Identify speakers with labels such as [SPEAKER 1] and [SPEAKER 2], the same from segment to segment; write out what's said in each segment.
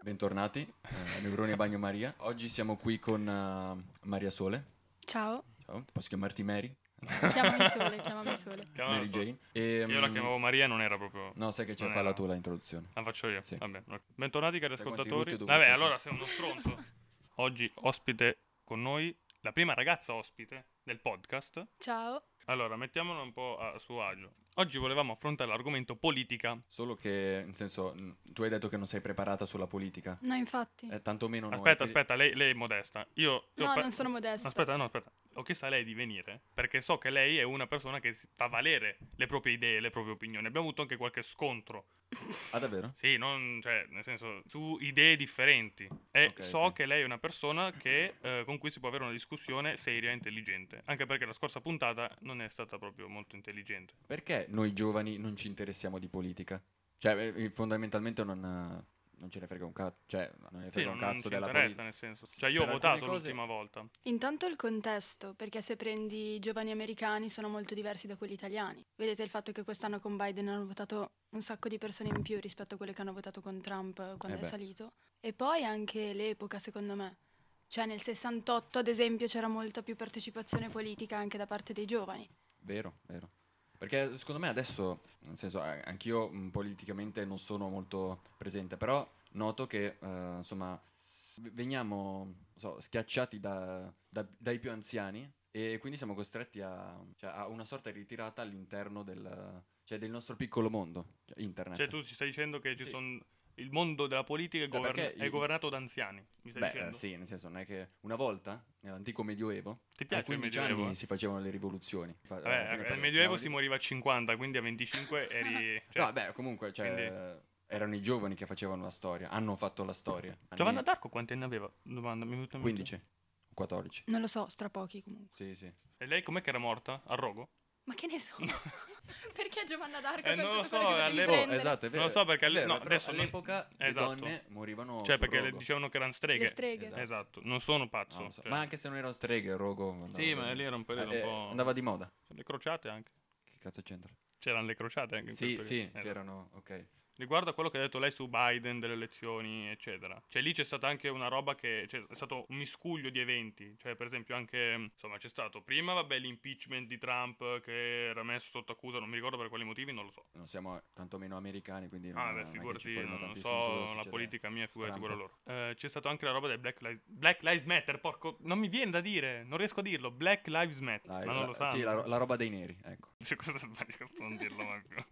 [SPEAKER 1] Bentornati, eh, Neurone Bagnomaria. Oggi siamo qui con eh, Maria Sole.
[SPEAKER 2] Ciao,
[SPEAKER 1] Ciao, posso chiamarti Mary?
[SPEAKER 2] chiamami Sole, chiamami Sole.
[SPEAKER 3] Chiamala
[SPEAKER 1] Mary
[SPEAKER 3] so-
[SPEAKER 1] Jane. E,
[SPEAKER 3] Io la
[SPEAKER 1] mm,
[SPEAKER 3] chiamavo Maria, non era proprio.
[SPEAKER 1] No, sai che c'è
[SPEAKER 3] non
[SPEAKER 1] fa
[SPEAKER 3] era-
[SPEAKER 1] la tua la introduzione.
[SPEAKER 3] La faccio io.
[SPEAKER 1] Sì.
[SPEAKER 3] Vabbè, ok. Bentornati cari
[SPEAKER 1] Sai quanti
[SPEAKER 3] ascoltatori.
[SPEAKER 1] rutti ho dovuto
[SPEAKER 3] Vabbè, allora
[SPEAKER 1] fare?
[SPEAKER 3] sei uno stronzo. Oggi ospite con noi la prima ragazza ospite del podcast.
[SPEAKER 2] Ciao,
[SPEAKER 3] Allora, mettiamola un po' a suo agio. Oggi volevamo affrontare l'argomento politica.
[SPEAKER 1] Solo che, in senso, mh, tu hai detto che non sei preparata sulla politica.
[SPEAKER 2] no infatti,
[SPEAKER 1] Eh, tantomeno noi,
[SPEAKER 3] Aspetta,
[SPEAKER 1] quindi-
[SPEAKER 3] aspetta, lei, lei è modesta. Io, io
[SPEAKER 2] no
[SPEAKER 3] pa-
[SPEAKER 2] non sono modesta.
[SPEAKER 3] Aspetta, no, aspetta. Ho chiesto a lei di venire perché so che lei è una persona che si fa valere le proprie idee, le proprie opinioni. Abbiamo avuto anche qualche scontro
[SPEAKER 1] Ah, davvero?
[SPEAKER 3] Sì, non, cioè, nel senso, su idee differenti. E
[SPEAKER 1] Ok,
[SPEAKER 3] so
[SPEAKER 1] ok.
[SPEAKER 3] che lei è una persona che, eh, con cui si può avere una discussione seria e intelligente. Anche perché la scorsa puntata non è stata proprio molto intelligente.
[SPEAKER 1] Perché noi giovani non ci interessiamo di politica? Cioè, eh, fondamentalmente non, eh, non ce ne frega un cazzo. Cioè, non ne
[SPEAKER 3] Sì,
[SPEAKER 1] frega
[SPEAKER 3] non,
[SPEAKER 1] un
[SPEAKER 3] non
[SPEAKER 1] cazzo
[SPEAKER 3] ci
[SPEAKER 1] della
[SPEAKER 3] interessa,
[SPEAKER 1] politica.
[SPEAKER 3] nel senso. Cioè, io ho
[SPEAKER 1] Per
[SPEAKER 3] votato
[SPEAKER 1] alcune cose-
[SPEAKER 3] l'ultima volta.
[SPEAKER 2] Intanto il contesto, perché se prendi i giovani americani sono molto diversi da quelli italiani. Vedete il fatto che quest'anno con Biden hanno votato un sacco di persone in più rispetto a quelle che hanno votato con Trump eh,
[SPEAKER 1] Eh
[SPEAKER 2] quando
[SPEAKER 1] beh.
[SPEAKER 2] è salito. E poi anche l'epoca, secondo me. Cioè nel 68, ad esempio, c'era molta più partecipazione politica anche da parte dei giovani.
[SPEAKER 1] Vero, vero. Perché secondo me adesso, nel senso, a- anch'io mh, politicamente non sono molto presente, però noto che, eh, insomma, v- veniamo non so, schiacciati da- da- dai più anziani e quindi siamo costretti a, cioè, a una sorta di ritirata all'interno del, cioè, del nostro piccolo mondo, cioè internet.
[SPEAKER 3] Cioè, tu ci stai dicendo che ci
[SPEAKER 1] Sì.
[SPEAKER 3] son- il mondo della politica è,
[SPEAKER 1] Cioè,
[SPEAKER 3] govern-
[SPEAKER 1] perché
[SPEAKER 3] è
[SPEAKER 1] i-
[SPEAKER 3] governato da anziani. Mi stai
[SPEAKER 1] Beh, eh,
[SPEAKER 3] dicendo?
[SPEAKER 1] sì, nel senso, non è che una volta, nell'antico Medioevo,
[SPEAKER 3] Ti piace
[SPEAKER 1] a 15
[SPEAKER 3] il Medioevo?
[SPEAKER 1] anni si facevano le rivoluzioni. Fa- alla fine
[SPEAKER 3] Vabbè, eh, nel
[SPEAKER 1] parlavamo
[SPEAKER 3] Medioevo
[SPEAKER 1] di-
[SPEAKER 3] si moriva a 50, quindi a 25 eri... cioè,
[SPEAKER 1] No, vabbè, comunque, cioè,
[SPEAKER 3] quindi-
[SPEAKER 1] erano i giovani che facevano la storia, hanno fatto la storia. Anni
[SPEAKER 3] Giovanna d'Arco quanti anni aveva? Domanda, mi è venuta in mente.
[SPEAKER 1] 15, 14.
[SPEAKER 2] Non lo so, stra pochi comunque.
[SPEAKER 1] Sì, sì.
[SPEAKER 3] E lei com'è che era morta? A rogo?
[SPEAKER 2] Ma che ne so? perché Giovanna d'Arco
[SPEAKER 3] Eh,
[SPEAKER 2] con
[SPEAKER 3] non lo
[SPEAKER 2] tutto
[SPEAKER 3] so,
[SPEAKER 2] quello che potevi
[SPEAKER 3] all'epoca-
[SPEAKER 1] Oh,
[SPEAKER 2] prendere?
[SPEAKER 1] esatto, è vero.
[SPEAKER 3] Non lo so perché
[SPEAKER 1] è
[SPEAKER 3] alle-
[SPEAKER 1] vero,
[SPEAKER 3] no,
[SPEAKER 1] però
[SPEAKER 3] adesso non-
[SPEAKER 1] all'epoca le
[SPEAKER 3] esatto.
[SPEAKER 1] donne morivano
[SPEAKER 3] Cioè,
[SPEAKER 1] sul
[SPEAKER 3] perché le
[SPEAKER 1] rogo.
[SPEAKER 3] dicevano che erano streghe.
[SPEAKER 2] Le streghe.
[SPEAKER 1] Esatto.
[SPEAKER 3] Esatto, non sono pazzo.
[SPEAKER 1] No, non so.
[SPEAKER 3] cioè.
[SPEAKER 1] Ma anche se non erano streghe, il rogo andava
[SPEAKER 3] Sì, ma
[SPEAKER 1] bene.
[SPEAKER 3] lì era un periodo
[SPEAKER 1] Eh,
[SPEAKER 3] un
[SPEAKER 1] eh,
[SPEAKER 3] po'.
[SPEAKER 1] Andava di moda.
[SPEAKER 3] Le crociate anche.
[SPEAKER 1] Che cazzo c'entra?
[SPEAKER 3] C'erano le crociate anche in quel
[SPEAKER 1] Sì,
[SPEAKER 3] periodo.
[SPEAKER 1] sì,
[SPEAKER 3] Eh,
[SPEAKER 1] c'erano, ok.
[SPEAKER 3] Riguardo a quello che ha detto lei su Biden, delle elezioni, eccetera. Cioè, lì c'è stata anche una roba che. Cioè, è stato un miscuglio di eventi. Cioè, per esempio, anche. Insomma, c'è stato prima, vabbè, l'impeachment di Trump eh, che era messo sotto accusa, non mi ricordo per quali motivi, non lo so.
[SPEAKER 1] Non siamo tantomeno americani, quindi non,
[SPEAKER 3] Ah,
[SPEAKER 1] non è
[SPEAKER 3] beh,
[SPEAKER 1] che
[SPEAKER 3] figurati,
[SPEAKER 1] ci
[SPEAKER 3] non,
[SPEAKER 1] informiamo
[SPEAKER 3] non
[SPEAKER 1] tantissimo su cosa
[SPEAKER 3] so la
[SPEAKER 1] succede.
[SPEAKER 3] politica mia, figurati
[SPEAKER 1] Trump.
[SPEAKER 3] quella loro. Eh, c'è stata anche la roba del Black Lives, Black Lives Matter, porco, non mi viene da dire, non riesco a dirlo, Black Lives Matter,
[SPEAKER 1] Dai,
[SPEAKER 3] ma non
[SPEAKER 1] la-
[SPEAKER 3] lo sanno.
[SPEAKER 1] sì, la, la roba dei neri, ecco.
[SPEAKER 3] Se cosa sbaglio, questo non dirlo mai più.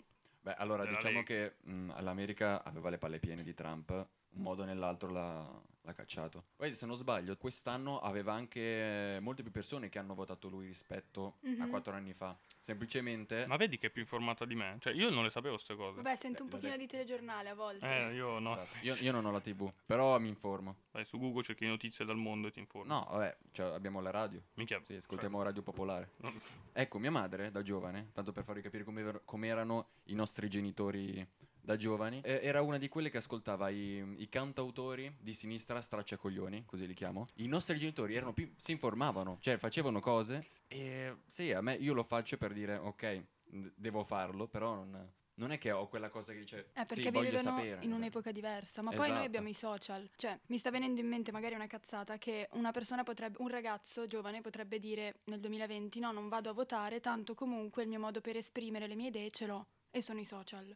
[SPEAKER 1] Beh, allora
[SPEAKER 3] Della
[SPEAKER 1] diciamo
[SPEAKER 3] Lega.
[SPEAKER 1] che mh, l'America aveva le palle piene di Trump, un modo o nell'altro l'ha, l'ha cacciato. Poi, se non sbaglio, quest'anno aveva anche molte più persone che hanno votato lui rispetto a
[SPEAKER 2] Mhm.
[SPEAKER 1] quattro anni fa. Semplicemente...
[SPEAKER 3] Ma vedi che è più informata di me? Cioè, io non le sapevo queste cose.
[SPEAKER 2] Vabbè,
[SPEAKER 1] Beh,
[SPEAKER 2] sento un
[SPEAKER 1] lo
[SPEAKER 2] pochino
[SPEAKER 1] dai.
[SPEAKER 2] di telegiornale a volte.
[SPEAKER 3] Eh, io no.
[SPEAKER 1] Guarda, Io, io non ho la TV, però mi informo.
[SPEAKER 3] Vai su Google, cerchi notizie dal mondo e ti informi. Cioè,
[SPEAKER 1] No, vabbè, cioè, abbiamo la radio.
[SPEAKER 3] Minchia,
[SPEAKER 1] Sì, ascoltiamo Radio Popolare.
[SPEAKER 3] No.
[SPEAKER 1] Ecco, mia madre, da giovane, tanto per farvi capire come, ver- come erano i nostri genitori da giovani, eh, era una di quelle che ascoltava i, i cantautori di sinistra stracciacoglioni, così li chiamo. I nostri genitori erano più, si informavano, cioè facevano cose e sì, a me io lo faccio per dire, ok, d- devo farlo, però non, non è che ho quella cosa che dice,
[SPEAKER 2] Eh, perché
[SPEAKER 1] sì, voglio
[SPEAKER 2] vivevano
[SPEAKER 1] sapere.
[SPEAKER 2] in
[SPEAKER 1] esatto.
[SPEAKER 2] un'epoca diversa, ma poi noi
[SPEAKER 1] Esatto.
[SPEAKER 2] abbiamo i social. Cioè, mi sta venendo in mente magari una cazzata che una persona potrebbe, un ragazzo giovane potrebbe dire nel 2020 no, non vado a votare, tanto comunque il mio modo per esprimere le mie idee ce l'ho e sono i social.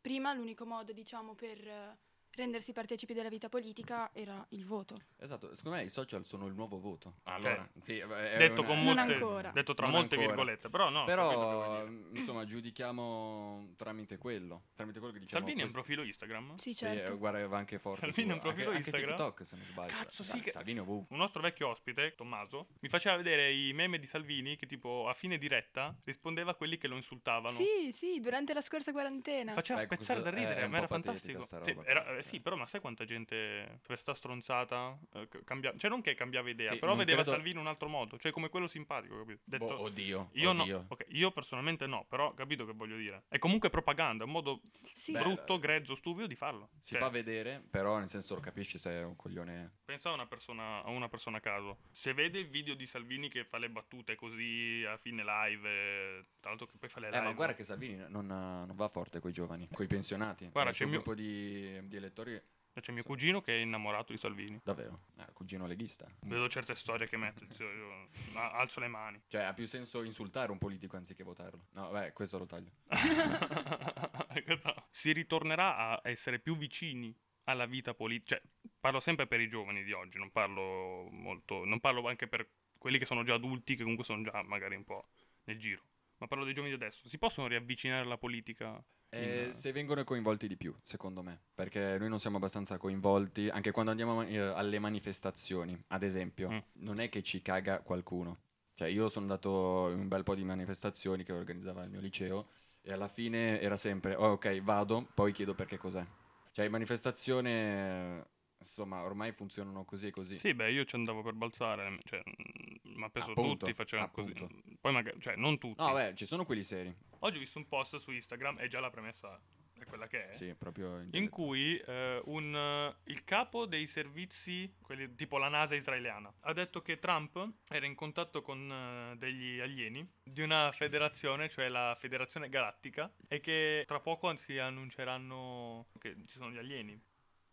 [SPEAKER 2] Prima l'unico modo, diciamo, per eh, rendersi partecipi della vita politica era il voto.
[SPEAKER 1] Esatto, secondo me i social sono il nuovo voto. Cioè,
[SPEAKER 3] Allora,
[SPEAKER 1] sì, è- è
[SPEAKER 3] Detto
[SPEAKER 1] una-
[SPEAKER 3] con
[SPEAKER 2] Non
[SPEAKER 3] molte...
[SPEAKER 2] ancora.
[SPEAKER 3] Detto tra
[SPEAKER 1] Non
[SPEAKER 3] molte
[SPEAKER 1] ancora.
[SPEAKER 3] virgolette, però no. ho capito che vuoi
[SPEAKER 1] Però, diciamo
[SPEAKER 3] dire.
[SPEAKER 1] mh, insomma, giudichiamo tramite quello. Tramite quello che diciamo.
[SPEAKER 3] Salvini ha un
[SPEAKER 1] questo-
[SPEAKER 3] profilo Instagram?
[SPEAKER 2] Sì,
[SPEAKER 1] Sì,
[SPEAKER 2] certo.
[SPEAKER 1] eh, guarda, va anche forte.
[SPEAKER 3] Salvini ha un
[SPEAKER 1] su- anche-
[SPEAKER 3] profilo
[SPEAKER 1] anche
[SPEAKER 3] Instagram?
[SPEAKER 1] TikTok, se non sbaglio.
[SPEAKER 3] Cazzo, sì
[SPEAKER 1] Dai,
[SPEAKER 3] che-
[SPEAKER 1] Salvini è ovunque.
[SPEAKER 3] Un nostro vecchio ospite, Tommaso, mi faceva vedere i meme di Salvini che tipo a fine diretta rispondeva a quelli che lo insultavano.
[SPEAKER 2] Sì, sì, durante la scorsa quarantena.
[SPEAKER 3] Faceva
[SPEAKER 1] Ecco,
[SPEAKER 3] spezzare da
[SPEAKER 1] questo è
[SPEAKER 3] ridere,
[SPEAKER 1] un
[SPEAKER 3] ma era
[SPEAKER 1] po' patetica
[SPEAKER 3] fantastico.
[SPEAKER 1] sta
[SPEAKER 3] Sì,
[SPEAKER 1] roba,
[SPEAKER 3] era-
[SPEAKER 1] però,
[SPEAKER 3] eh, sì,
[SPEAKER 1] eh.
[SPEAKER 3] però ma sai quanta gente per sta stronzata eh, c- cambia- Cioè non che cambiava idea,
[SPEAKER 1] Sì,
[SPEAKER 3] però
[SPEAKER 1] non
[SPEAKER 3] vedeva
[SPEAKER 1] credo-
[SPEAKER 3] Salvini in un altro modo, cioè come quello simpatico, capito? Detto,
[SPEAKER 1] Boh, oddio.
[SPEAKER 3] io
[SPEAKER 1] oddio.
[SPEAKER 3] no, ok, io personalmente no, però capito che voglio dire. È comunque propaganda, è un modo
[SPEAKER 2] Sì,
[SPEAKER 1] Beh,
[SPEAKER 3] brutto,
[SPEAKER 1] eh,
[SPEAKER 3] grezzo, stupido di farlo.
[SPEAKER 1] Si
[SPEAKER 3] Cioè,
[SPEAKER 1] fa vedere, però, nel senso, lo capisci se è un coglione.
[SPEAKER 3] Pensa a una, persona, a una persona a caso. Se vede il video di Salvini che fa le battute così a fine live, eh, boh. tra l'altro che poi fa le
[SPEAKER 1] Eh,
[SPEAKER 3] live.
[SPEAKER 1] ma guarda che Salvini non, non va forte coi giovani, coi pensionati.
[SPEAKER 3] Guarda,
[SPEAKER 1] il suo
[SPEAKER 3] c'è il mio-
[SPEAKER 1] gruppo di, di elettori
[SPEAKER 3] Cioè, C'è mio cugino che è innamorato di Salvini.
[SPEAKER 1] Davvero? Eh, cugino leghista.
[SPEAKER 3] Vedo certe storie che mette, zio, io, ma alzo le mani.
[SPEAKER 1] Cioè, ha più senso insultare un politico anziché votarlo. No, beh, questo lo taglio.
[SPEAKER 3] Questa- Si ritornerà a essere più vicini alla vita politica. Cioè, parlo sempre per i giovani di oggi, non parlo molto. Non parlo anche per quelli che sono già adulti, che comunque sono già magari un po' nel giro. Ma parlo dei giovani di adesso. Si possono riavvicinare alla politica?
[SPEAKER 1] Eh,
[SPEAKER 3] In-
[SPEAKER 1] se vengono coinvolti di più, secondo me, perché noi non siamo abbastanza coinvolti, anche quando andiamo a ma- eh, alle manifestazioni, ad esempio,
[SPEAKER 3] Mm.
[SPEAKER 1] non è che ci caga qualcuno. Cioè, io sono andato in un bel po' di manifestazioni che organizzava il mio liceo e alla fine era sempre, "Oh, ok, vado, poi chiedo perché cos'è. Cioè, in manifestazione, eh, insomma, ormai funzionano così e così.
[SPEAKER 3] Sì, beh, io ci andavo per balzare, cioè, mm, ma penso
[SPEAKER 1] Appunto,
[SPEAKER 3] tutti facevano così.
[SPEAKER 1] appunto.
[SPEAKER 3] Poi magari, cioè, non tutti.
[SPEAKER 1] No, beh, ci sono quelli seri.
[SPEAKER 3] Oggi ho visto un post su Instagram, e già la premessa è quella che è.
[SPEAKER 1] Sì, proprio in
[SPEAKER 3] Eh. in
[SPEAKER 1] dialetto.
[SPEAKER 3] cui eh, un, eh, il capo dei servizi, quelli tipo la NASA israeliana, ha detto che Trump era in contatto con eh, degli alieni di una federazione, cioè la Federazione Galattica, e che tra poco si annunceranno che ci sono gli alieni.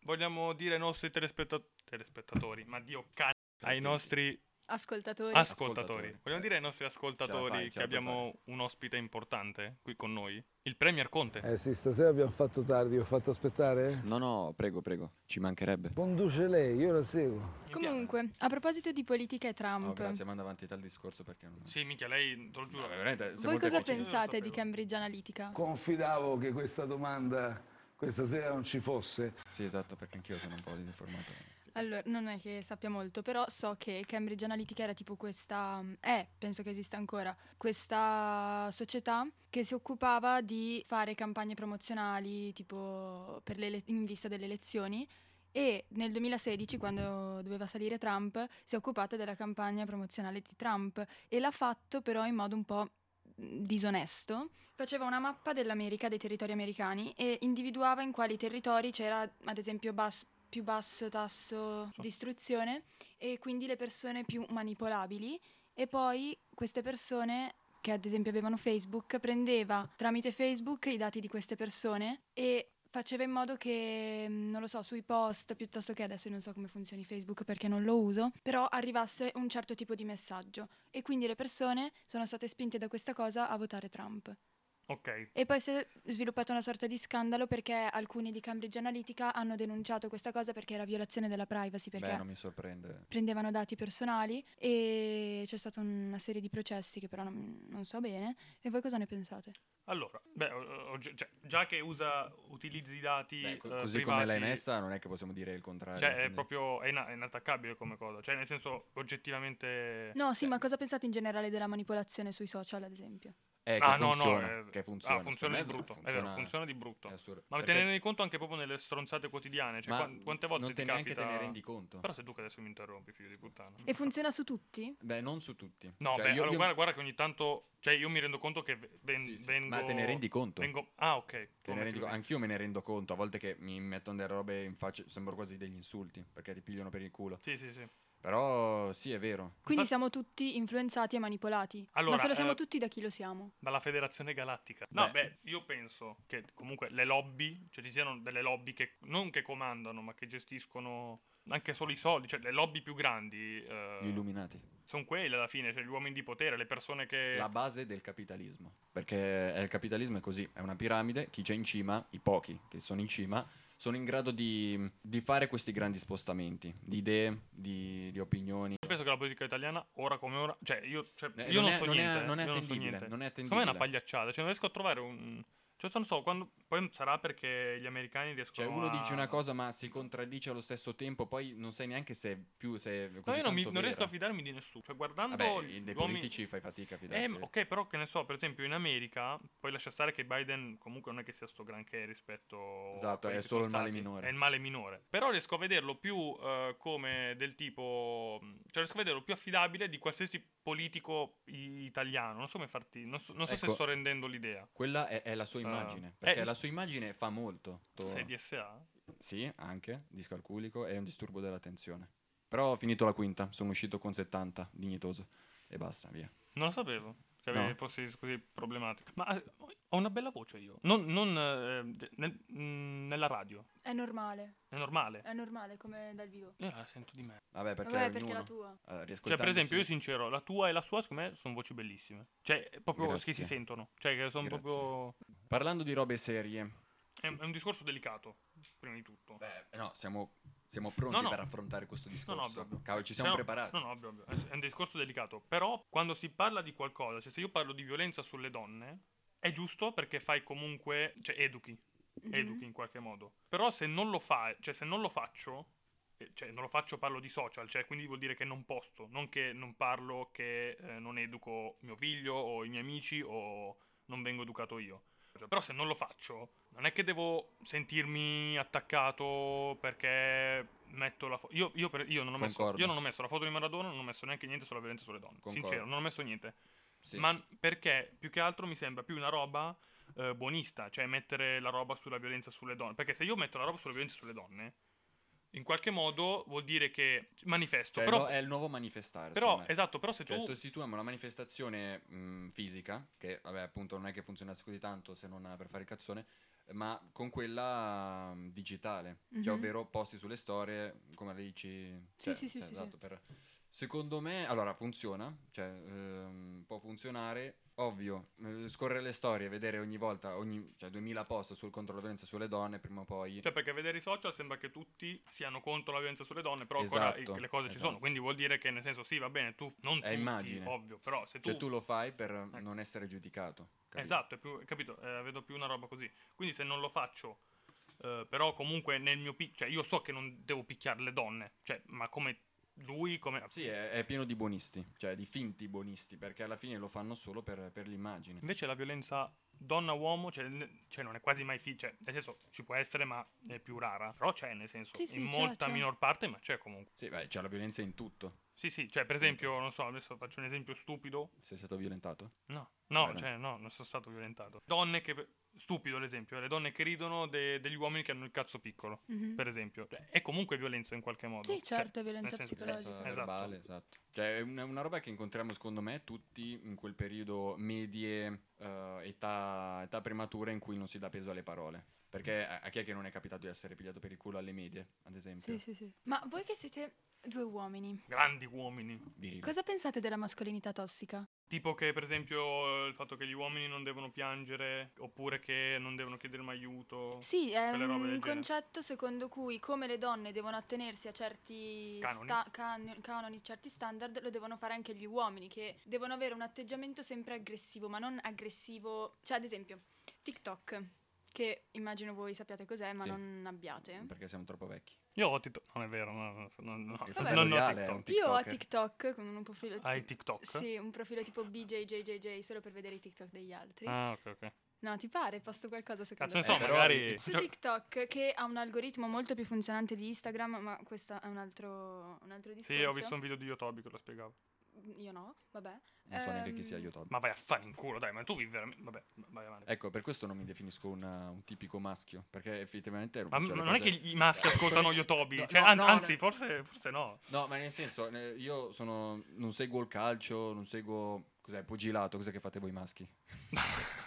[SPEAKER 3] Vogliamo dire ai nostri telespetta- telespettatori, ma Dio cane, ai nostri
[SPEAKER 2] Ascoltatori.
[SPEAKER 3] ascoltatori.
[SPEAKER 1] Ascoltatori.
[SPEAKER 3] Vogliamo dire ai nostri
[SPEAKER 1] Ce la
[SPEAKER 3] ascoltatori
[SPEAKER 1] fai, ce
[SPEAKER 3] che
[SPEAKER 1] la puoi
[SPEAKER 3] abbiamo un ospite importante qui con noi, il Premier Conte.
[SPEAKER 4] Eh sì, stasera abbiamo fatto tardi, ho fatto aspettare?
[SPEAKER 1] No, no, prego, prego, ci mancherebbe.
[SPEAKER 4] Conduce lei, io la seguo.
[SPEAKER 3] Mi piace.
[SPEAKER 2] Comunque, a proposito di politica e
[SPEAKER 1] No,
[SPEAKER 2] Trump,
[SPEAKER 1] Oh, grazie, manda avanti tal discorso perché non...
[SPEAKER 3] Sì, minchia, lei, te lo giuro,
[SPEAKER 1] Vabbè, veramente, se
[SPEAKER 2] voi
[SPEAKER 1] molto è
[SPEAKER 2] cosa
[SPEAKER 1] facile.
[SPEAKER 3] pensi?
[SPEAKER 2] pensate di
[SPEAKER 3] sapevo.
[SPEAKER 2] Cambridge Analytica?
[SPEAKER 4] Confidavo che questa domanda questa sera non ci fosse.
[SPEAKER 1] Sì, esatto, perché anch'io sono un po' disinformato.
[SPEAKER 2] Allora, non è che sappia molto, però so che Cambridge Analytica era tipo questa, eh, penso che esista ancora, questa società che si occupava di fare campagne promozionali tipo per le ele- in vista delle elezioni e nel 2016, quando doveva salire Trump, si è occupata della campagna promozionale di Trump e l'ha fatto però in modo un po' mh, disonesto faceva una mappa dell'America dei territori americani e individuava in quali territori c'era ad esempio bas- più basso tasso di istruzione e quindi le persone più manipolabili e poi queste persone che ad esempio avevano Facebook prendeva tramite Facebook i dati di queste persone e faceva in modo che mh, non lo so sui post piuttosto che adesso io non so come funzioni Facebook perché non lo uso però arrivasse un certo tipo di messaggio e quindi le persone sono state spinte da questa cosa a votare Trump
[SPEAKER 3] ok,
[SPEAKER 2] e poi si è sviluppato una sorta di scandalo perché alcuni di Cambridge Analytica hanno denunciato questa cosa perché era violazione della privacy, perché
[SPEAKER 1] Beh, non mi sorprende.
[SPEAKER 2] prendevano dati personali e c'è stata una serie di processi che però non, non so bene. E voi cosa ne pensate?
[SPEAKER 3] Allora, beh, o- o- cioè, già che usa, utilizzi i dati
[SPEAKER 1] Beh, co-
[SPEAKER 3] eh,
[SPEAKER 1] così come
[SPEAKER 3] privati,
[SPEAKER 1] l'hai messa, non è che possiamo dire il contrario.
[SPEAKER 3] cioè, è
[SPEAKER 1] quindi-
[SPEAKER 3] proprio è, ina- è inattaccabile come cosa, cioè nel senso oggettivamente...
[SPEAKER 2] No, sì,
[SPEAKER 3] cioè-
[SPEAKER 2] ma cosa pensate in generale della manipolazione sui social, ad esempio?
[SPEAKER 1] Eh, che
[SPEAKER 3] Ah, no, no,
[SPEAKER 1] funziona,
[SPEAKER 3] eh,
[SPEAKER 1] che funziona.
[SPEAKER 3] ah,
[SPEAKER 1] Secondo
[SPEAKER 3] funziona di
[SPEAKER 1] me
[SPEAKER 3] brutto, è vero, funziona di brutto.
[SPEAKER 1] è assurdo.
[SPEAKER 3] Ma
[SPEAKER 1] Perché-
[SPEAKER 3] tenendone conto anche proprio nelle stronzate quotidiane, cioè
[SPEAKER 1] ma
[SPEAKER 3] quan- quante volte
[SPEAKER 1] non
[SPEAKER 3] ti
[SPEAKER 1] te neanche
[SPEAKER 3] capita...
[SPEAKER 1] te ne rendi conto.
[SPEAKER 3] Però se tu che adesso mi interrompi, figlio di puttana.
[SPEAKER 2] E funziona su tutti?
[SPEAKER 1] Beh, non su tutti.
[SPEAKER 3] No,
[SPEAKER 1] Cioè,
[SPEAKER 3] beh,
[SPEAKER 1] io-
[SPEAKER 3] allora,
[SPEAKER 1] io-
[SPEAKER 3] guarda, guarda che ogni tanto... Cioè io mi rendo conto che ve- ven-
[SPEAKER 1] sì, sì,
[SPEAKER 3] vengo...
[SPEAKER 1] Ma te ne rendi conto?
[SPEAKER 3] vengo- Ah, ok.
[SPEAKER 1] Te ne
[SPEAKER 3] come
[SPEAKER 1] rendi
[SPEAKER 3] tu
[SPEAKER 1] co-
[SPEAKER 3] dici.
[SPEAKER 1] Anch'io me ne rendo conto. A volte che mi mettono delle robe in faccia, sembrano quasi degli insulti, perché ti pigliano per il culo.
[SPEAKER 3] Sì, sì, sì.
[SPEAKER 1] Però sì, è vero.
[SPEAKER 2] Quindi
[SPEAKER 3] Infatti-
[SPEAKER 2] siamo tutti influenzati e manipolati.
[SPEAKER 3] Allora,
[SPEAKER 2] ma se lo siamo
[SPEAKER 3] eh,
[SPEAKER 2] tutti da chi lo siamo?
[SPEAKER 3] Dalla Federazione Galattica. No, beh.
[SPEAKER 1] Beh.
[SPEAKER 3] io penso che comunque le lobby, cioè ci siano delle lobby che non che comandano, ma che gestiscono anche solo i soldi, cioè le lobby più grandi
[SPEAKER 1] Gli illuminati.
[SPEAKER 3] sono quelle alla fine, cioè gli uomini di potere, le persone che...
[SPEAKER 1] la base del capitalismo. Perché eh, il capitalismo è così, è una piramide, chi c'è in cima, i pochi che sono in cima, sono in grado di, di fare questi grandi spostamenti, di idee, di, di opinioni.
[SPEAKER 3] Io penso che la politica italiana, ora come ora, cioè io, cioè,
[SPEAKER 1] Eh,
[SPEAKER 3] io non,
[SPEAKER 1] è-
[SPEAKER 3] so
[SPEAKER 1] è-
[SPEAKER 3] niente,
[SPEAKER 1] non è
[SPEAKER 3] io non so
[SPEAKER 1] attendibile,
[SPEAKER 3] niente.
[SPEAKER 1] non è
[SPEAKER 3] Secondo me è
[SPEAKER 1] attendibile.
[SPEAKER 3] una pagliacciata, cioè non riesco a trovare un... Cioè non so, quando... poi sarà perché gli americani
[SPEAKER 1] Cioè
[SPEAKER 3] riescono
[SPEAKER 1] uno
[SPEAKER 3] a-
[SPEAKER 1] dice una cosa ma si contraddice allo stesso tempo, poi non sai neanche se è più se è
[SPEAKER 3] No,
[SPEAKER 1] così
[SPEAKER 3] io non, mi-
[SPEAKER 1] tanto
[SPEAKER 3] non riesco a
[SPEAKER 1] vera.
[SPEAKER 3] fidarmi di nessuno, cioè guardando
[SPEAKER 1] Vabbè,
[SPEAKER 3] gli
[SPEAKER 1] i- dei
[SPEAKER 3] uomini-
[SPEAKER 1] politici fai fatica a fidarti.
[SPEAKER 3] Eh, ma- ok, però che ne so, per esempio in America, poi lascia stare che Biden comunque non è che sia sto granché rispetto... a
[SPEAKER 1] Esatto,
[SPEAKER 3] quelli
[SPEAKER 1] è
[SPEAKER 3] che sono
[SPEAKER 1] solo il male
[SPEAKER 3] stati,
[SPEAKER 1] minore.
[SPEAKER 3] È il male minore. Però riesco a vederlo più eh, come del tipo... Cioè riesco a vederlo più affidabile di qualsiasi politico i- italiano. Non so come farti... Non so, non so se
[SPEAKER 1] Ecco.
[SPEAKER 3] sto rendendo l'idea.
[SPEAKER 1] Quella è, è la sua
[SPEAKER 3] Ah.
[SPEAKER 1] immagine,
[SPEAKER 3] Eh,
[SPEAKER 1] perché
[SPEAKER 3] il-
[SPEAKER 1] la sua immagine fa molto.
[SPEAKER 3] Tu sei DSA?
[SPEAKER 1] Sì, anche, discalculico e un disturbo dell'attenzione. Però ho finito la quinta, sono uscito con 70, dignitoso. E basta, via.
[SPEAKER 3] Non lo sapevo. Che che
[SPEAKER 1] No.
[SPEAKER 3] ave- fossi così problematica. Ma eh, ho una bella voce io. Non, non, eh, de- nel- mm, nella radio.
[SPEAKER 2] È normale,
[SPEAKER 3] È normale.
[SPEAKER 2] è normale come dal vivo.
[SPEAKER 3] Io la sento di me.
[SPEAKER 1] Vabbè, perché
[SPEAKER 2] Vabbè,
[SPEAKER 1] ognuno... eh,
[SPEAKER 2] perché la tua.
[SPEAKER 1] Allora,
[SPEAKER 3] Cioè, per
[SPEAKER 1] riascoltandosi-
[SPEAKER 3] esempio, io sincero, la tua e la sua, secondo me, sono voci bellissime. Cioè, è proprio
[SPEAKER 1] Grazie.
[SPEAKER 3] che si sentono. Cioè, che sono
[SPEAKER 1] Grazie.
[SPEAKER 3] proprio...
[SPEAKER 1] Parlando di robe serie,
[SPEAKER 3] È, è un discorso delicato, prima di tutto.
[SPEAKER 1] beh, no, siamo, siamo pronti
[SPEAKER 3] No, no.
[SPEAKER 1] per affrontare questo
[SPEAKER 3] No, no,
[SPEAKER 1] discorso.
[SPEAKER 3] ovvio, ovvio.
[SPEAKER 1] Cavolo, ci
[SPEAKER 3] Se
[SPEAKER 1] siamo
[SPEAKER 3] no-
[SPEAKER 1] preparati.
[SPEAKER 3] No, no, ovvio, ovvio. È è un discorso delicato. Però quando si parla di qualcosa, cioè se io parlo di violenza sulle donne, è giusto perché fai comunque, cioè educhi,
[SPEAKER 2] Mm-hmm. Mhm.
[SPEAKER 3] educhi in qualche modo. Però se non lo fa, cioè se non lo faccio, eh, cioè non lo faccio parlo di social, cioè quindi vuol dire che non posto, non che non parlo che eh, non educo mio figlio o i miei amici o non vengo educato io. Cioè, Però se non lo faccio, non è che devo sentirmi attaccato perché metto la foto. Io, io per- io non ho messo,
[SPEAKER 1] Concordo.
[SPEAKER 3] io non ho messo la foto di Maradona, non ho messo neanche niente sulla violenza sulle donne.
[SPEAKER 1] Concordo.
[SPEAKER 3] Sincero, non ho messo niente.
[SPEAKER 1] Sì.
[SPEAKER 3] Ma n- perché più che altro mi sembra più una roba eh, buonista, cioè mettere la roba sulla violenza sulle donne. Perché se io metto la roba sulla violenza sulle donne, in qualche modo vuol dire che manifesto.
[SPEAKER 1] Cioè,
[SPEAKER 3] però,
[SPEAKER 1] no, è il nuovo manifestare.
[SPEAKER 3] però
[SPEAKER 1] secondo me.
[SPEAKER 3] esatto, però se tu.
[SPEAKER 1] Cioè, sostituiamo la manifestazione mh, fisica, che vabbè, appunto non è che funzionasse così tanto se non per fare il cazzone, ma con quella mh, digitale,
[SPEAKER 2] Mhm.
[SPEAKER 1] cioè ovvero posti sulle storie, come le dici.
[SPEAKER 2] Sì,
[SPEAKER 1] cioè,
[SPEAKER 2] sì, sì,
[SPEAKER 1] cioè,
[SPEAKER 2] sì,
[SPEAKER 1] esatto, per- Secondo me, allora funziona, cioè, ehm, può funzionare, ovvio, eh, scorrere le storie, vedere ogni volta, ogni, cioè 2000 post sul contro la violenza sulle donne, prima o poi...
[SPEAKER 3] Cioè, perché vedere i social sembra che tutti siano contro la violenza sulle donne, però ancora
[SPEAKER 1] Esatto,
[SPEAKER 3] i- le cose ci
[SPEAKER 1] esatto.
[SPEAKER 3] sono. Quindi vuol dire che, nel senso, sì, va bene, tu non
[SPEAKER 1] È
[SPEAKER 3] tutti,
[SPEAKER 1] immagine.
[SPEAKER 3] ovvio, però se tu.
[SPEAKER 1] Cioè, tu lo fai per non essere giudicato. capito?
[SPEAKER 3] Esatto, è più- capito? Eh, vedo più una roba così. Quindi se non lo faccio, eh, però comunque nel mio pi- cioè io so che non devo picchiare le donne, cioè, ma come lui, come
[SPEAKER 1] Sì, eh. è, è pieno di buonisti, cioè di finti buonisti, perché alla fine lo fanno solo per, per l'immagine.
[SPEAKER 3] Invece la violenza donna-uomo, cioè, n- cioè, non è quasi mai fi- cioè, nel senso ci può essere, ma è più rara. Però c'è, nel senso,
[SPEAKER 2] Sì, sì,
[SPEAKER 3] in
[SPEAKER 2] c'è,
[SPEAKER 3] molta
[SPEAKER 2] c'è.
[SPEAKER 3] minor parte, ma c'è comunque.
[SPEAKER 1] Sì, beh, c'è la violenza in tutto.
[SPEAKER 3] Sì, sì, cioè, per esempio, non so, adesso faccio un esempio stupido.
[SPEAKER 1] Sei stato violentato?
[SPEAKER 3] No, no,
[SPEAKER 1] Veramente.
[SPEAKER 3] cioè, no, non sono stato violentato. Donne che. Stupido l'esempio, eh, le donne che ridono de- degli uomini che hanno il cazzo piccolo,
[SPEAKER 2] Mhm.
[SPEAKER 3] per esempio. Cioè, è comunque violenza in qualche modo.
[SPEAKER 2] Sì,
[SPEAKER 3] Cioè,
[SPEAKER 2] certo, è violenza
[SPEAKER 3] nel senso-
[SPEAKER 2] psicologica.
[SPEAKER 1] Violenza
[SPEAKER 3] Esatto.
[SPEAKER 1] verbale, esatto. Cioè, è una, una roba che incontriamo, secondo me, tutti in quel periodo medie, eh, età, età prematura, in cui non si dà peso alle parole. Perché a, a chi è che non è capitato di essere pigliato per il culo alle medie, ad esempio?
[SPEAKER 2] Sì, sì, sì. Ma voi che siete due uomini,
[SPEAKER 3] grandi uomini.
[SPEAKER 1] Virile.
[SPEAKER 2] cosa pensate della mascolinità tossica?
[SPEAKER 3] Tipo che per esempio eh, il fatto che gli uomini non devono piangere oppure che non devono chiedere mai aiuto.
[SPEAKER 2] Sì, è
[SPEAKER 3] Quelle robe del
[SPEAKER 2] un
[SPEAKER 3] genere.
[SPEAKER 2] concetto secondo cui come le donne devono attenersi a certi
[SPEAKER 3] Canoni.
[SPEAKER 2] sta- can- canoni, certi standard, lo devono fare anche gli uomini, che devono avere un atteggiamento sempre aggressivo, ma non aggressivo. Cioè, ad esempio, TikTok, che immagino voi sappiate cos'è, ma
[SPEAKER 1] Sì.
[SPEAKER 2] non abbiate.
[SPEAKER 1] Perché siamo troppo vecchi.
[SPEAKER 3] Io ho TikTok. Non è vero, no, no, no, no,
[SPEAKER 1] Il
[SPEAKER 3] non
[SPEAKER 1] fratello di
[SPEAKER 3] ho
[SPEAKER 1] Ale è un
[SPEAKER 3] TikTok.
[SPEAKER 2] Io ho
[SPEAKER 1] TikToker.
[SPEAKER 2] TikTok con un profilo
[SPEAKER 3] Hai TikTok?
[SPEAKER 2] Sì, un profilo tipo BJJJJ solo per vedere i TikTok degli altri.
[SPEAKER 3] Ah, ok, ok.
[SPEAKER 2] No, ti pare? Posto qualcosa secondo
[SPEAKER 3] Cazzo,
[SPEAKER 2] me?
[SPEAKER 3] non so,
[SPEAKER 1] però-
[SPEAKER 3] magari...
[SPEAKER 2] Su
[SPEAKER 3] cioè,
[SPEAKER 2] TikTok, che ha un algoritmo molto più funzionante di Instagram, ma questo è un altro, un altro discorso.
[SPEAKER 3] Sì, ho visto un video di Yotobi che lo spiegava.
[SPEAKER 2] Io no, vabbè.
[SPEAKER 1] Non so neanche chi sia
[SPEAKER 2] Ehm,
[SPEAKER 1] Yotobi.
[SPEAKER 3] Ma vai a fare in culo, dai, ma tu vivi veramente... Vabbè, vai avanti.
[SPEAKER 1] Ecco, per questo non mi definisco una- un tipico maschio, perché effettivamente...
[SPEAKER 3] Ma
[SPEAKER 1] faccio le
[SPEAKER 3] non è
[SPEAKER 1] cose-
[SPEAKER 3] che i maschi ascoltano Yotobi,
[SPEAKER 1] No,
[SPEAKER 3] cioè,
[SPEAKER 1] no,
[SPEAKER 3] an-
[SPEAKER 1] no,
[SPEAKER 3] anzi,
[SPEAKER 1] no.
[SPEAKER 3] Forse, forse no.
[SPEAKER 1] No, ma nel senso, ne- io sono, non seguo il calcio, non seguo... Cos'è? Pugilato, cos'è che fate voi maschi?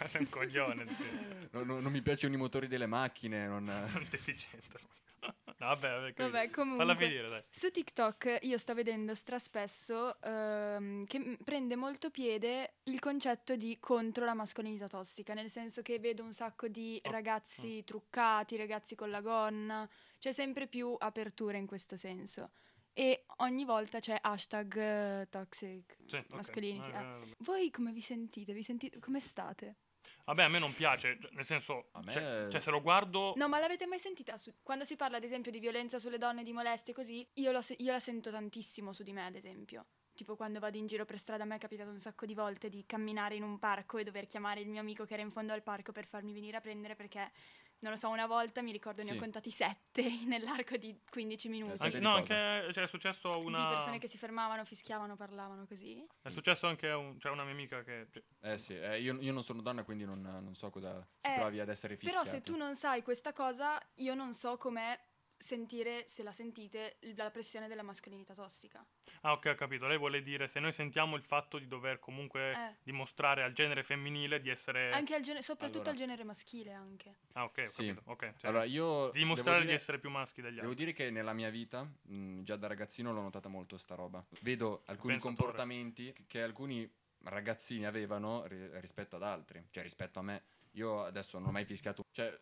[SPEAKER 3] Sei un coglione, sì.
[SPEAKER 1] No, no, non mi piacciono i motori delle macchine, non...
[SPEAKER 3] Sono deficiente. No, vabbè, vabbè, capito.
[SPEAKER 2] Vabbè, comunque.
[SPEAKER 3] Falla finire, dai.
[SPEAKER 2] Su TikTok io sto vedendo straspesso ehm, che m- prende molto piede il concetto di contro la mascolinità tossica, nel senso che vedo un sacco di
[SPEAKER 3] Oh,
[SPEAKER 2] ragazzi truccati, ragazzi con la gonna, c'è sempre più apertura in questo senso. E ogni volta c'è hashtag eh, toxic
[SPEAKER 3] Sì, ok.
[SPEAKER 2] mascolinity.
[SPEAKER 3] Eh,
[SPEAKER 2] eh.
[SPEAKER 3] eh,
[SPEAKER 2] Voi come vi sentite? Vi sentite? Come state?
[SPEAKER 3] Vabbè, a me non piace, cioè, nel senso,
[SPEAKER 1] A me-
[SPEAKER 3] cioè, cioè, se lo guardo...
[SPEAKER 2] No, ma l'avete mai sentita? su- Quando si parla, ad esempio, di violenza sulle donne, di molestie, così, io, lo se- io la sento tantissimo su di me, ad esempio. Tipo quando vado in giro per strada, a me è capitato un sacco di volte di camminare in un parco e dover chiamare il mio amico che era in fondo al parco per farmi venire a prendere perché, non lo so, una volta mi ricordo ne
[SPEAKER 1] Sì.
[SPEAKER 2] ho contati sette nell'arco di 15 minuti.
[SPEAKER 1] Sì.
[SPEAKER 3] Anche-
[SPEAKER 1] Di
[SPEAKER 3] no,
[SPEAKER 1] cosa?
[SPEAKER 3] anche cioè, è successo a
[SPEAKER 2] Di
[SPEAKER 3] una.
[SPEAKER 2] persone che si fermavano, fischiavano, parlavano così.
[SPEAKER 3] È successo anche a un- cioè, una mia amica che. cioè,
[SPEAKER 1] Eh sì, eh, io, io non sono donna, quindi non, non so cosa si
[SPEAKER 2] Eh,
[SPEAKER 1] provi ad essere fischiato.
[SPEAKER 2] Però se tu non sai questa cosa, io non so com'è sentire, se la sentite, l- la pressione della mascolinità tossica.
[SPEAKER 3] Ah, ok, ho capito. Lei vuole dire se noi sentiamo il fatto di dover comunque
[SPEAKER 2] Eh.
[SPEAKER 3] dimostrare al genere femminile di essere.
[SPEAKER 2] anche al genere, soprattutto
[SPEAKER 1] Eh, allora.
[SPEAKER 2] al genere maschile anche.
[SPEAKER 3] Ah, ok, ho
[SPEAKER 1] Sì.
[SPEAKER 3] capito. Ok, cioè,
[SPEAKER 1] Allora, io
[SPEAKER 3] di dimostrare
[SPEAKER 1] devo
[SPEAKER 3] di
[SPEAKER 1] dire-
[SPEAKER 3] essere più maschi degli
[SPEAKER 1] Devo
[SPEAKER 3] altri.
[SPEAKER 1] dire che nella mia vita, mh, già da ragazzino, l'ho notata molto sta roba. Vedo alcuni
[SPEAKER 3] Pensatore.
[SPEAKER 1] comportamenti che- che alcuni ragazzini avevano ri- rispetto ad altri, cioè rispetto a me. Io adesso non ho mai fischiato, cioè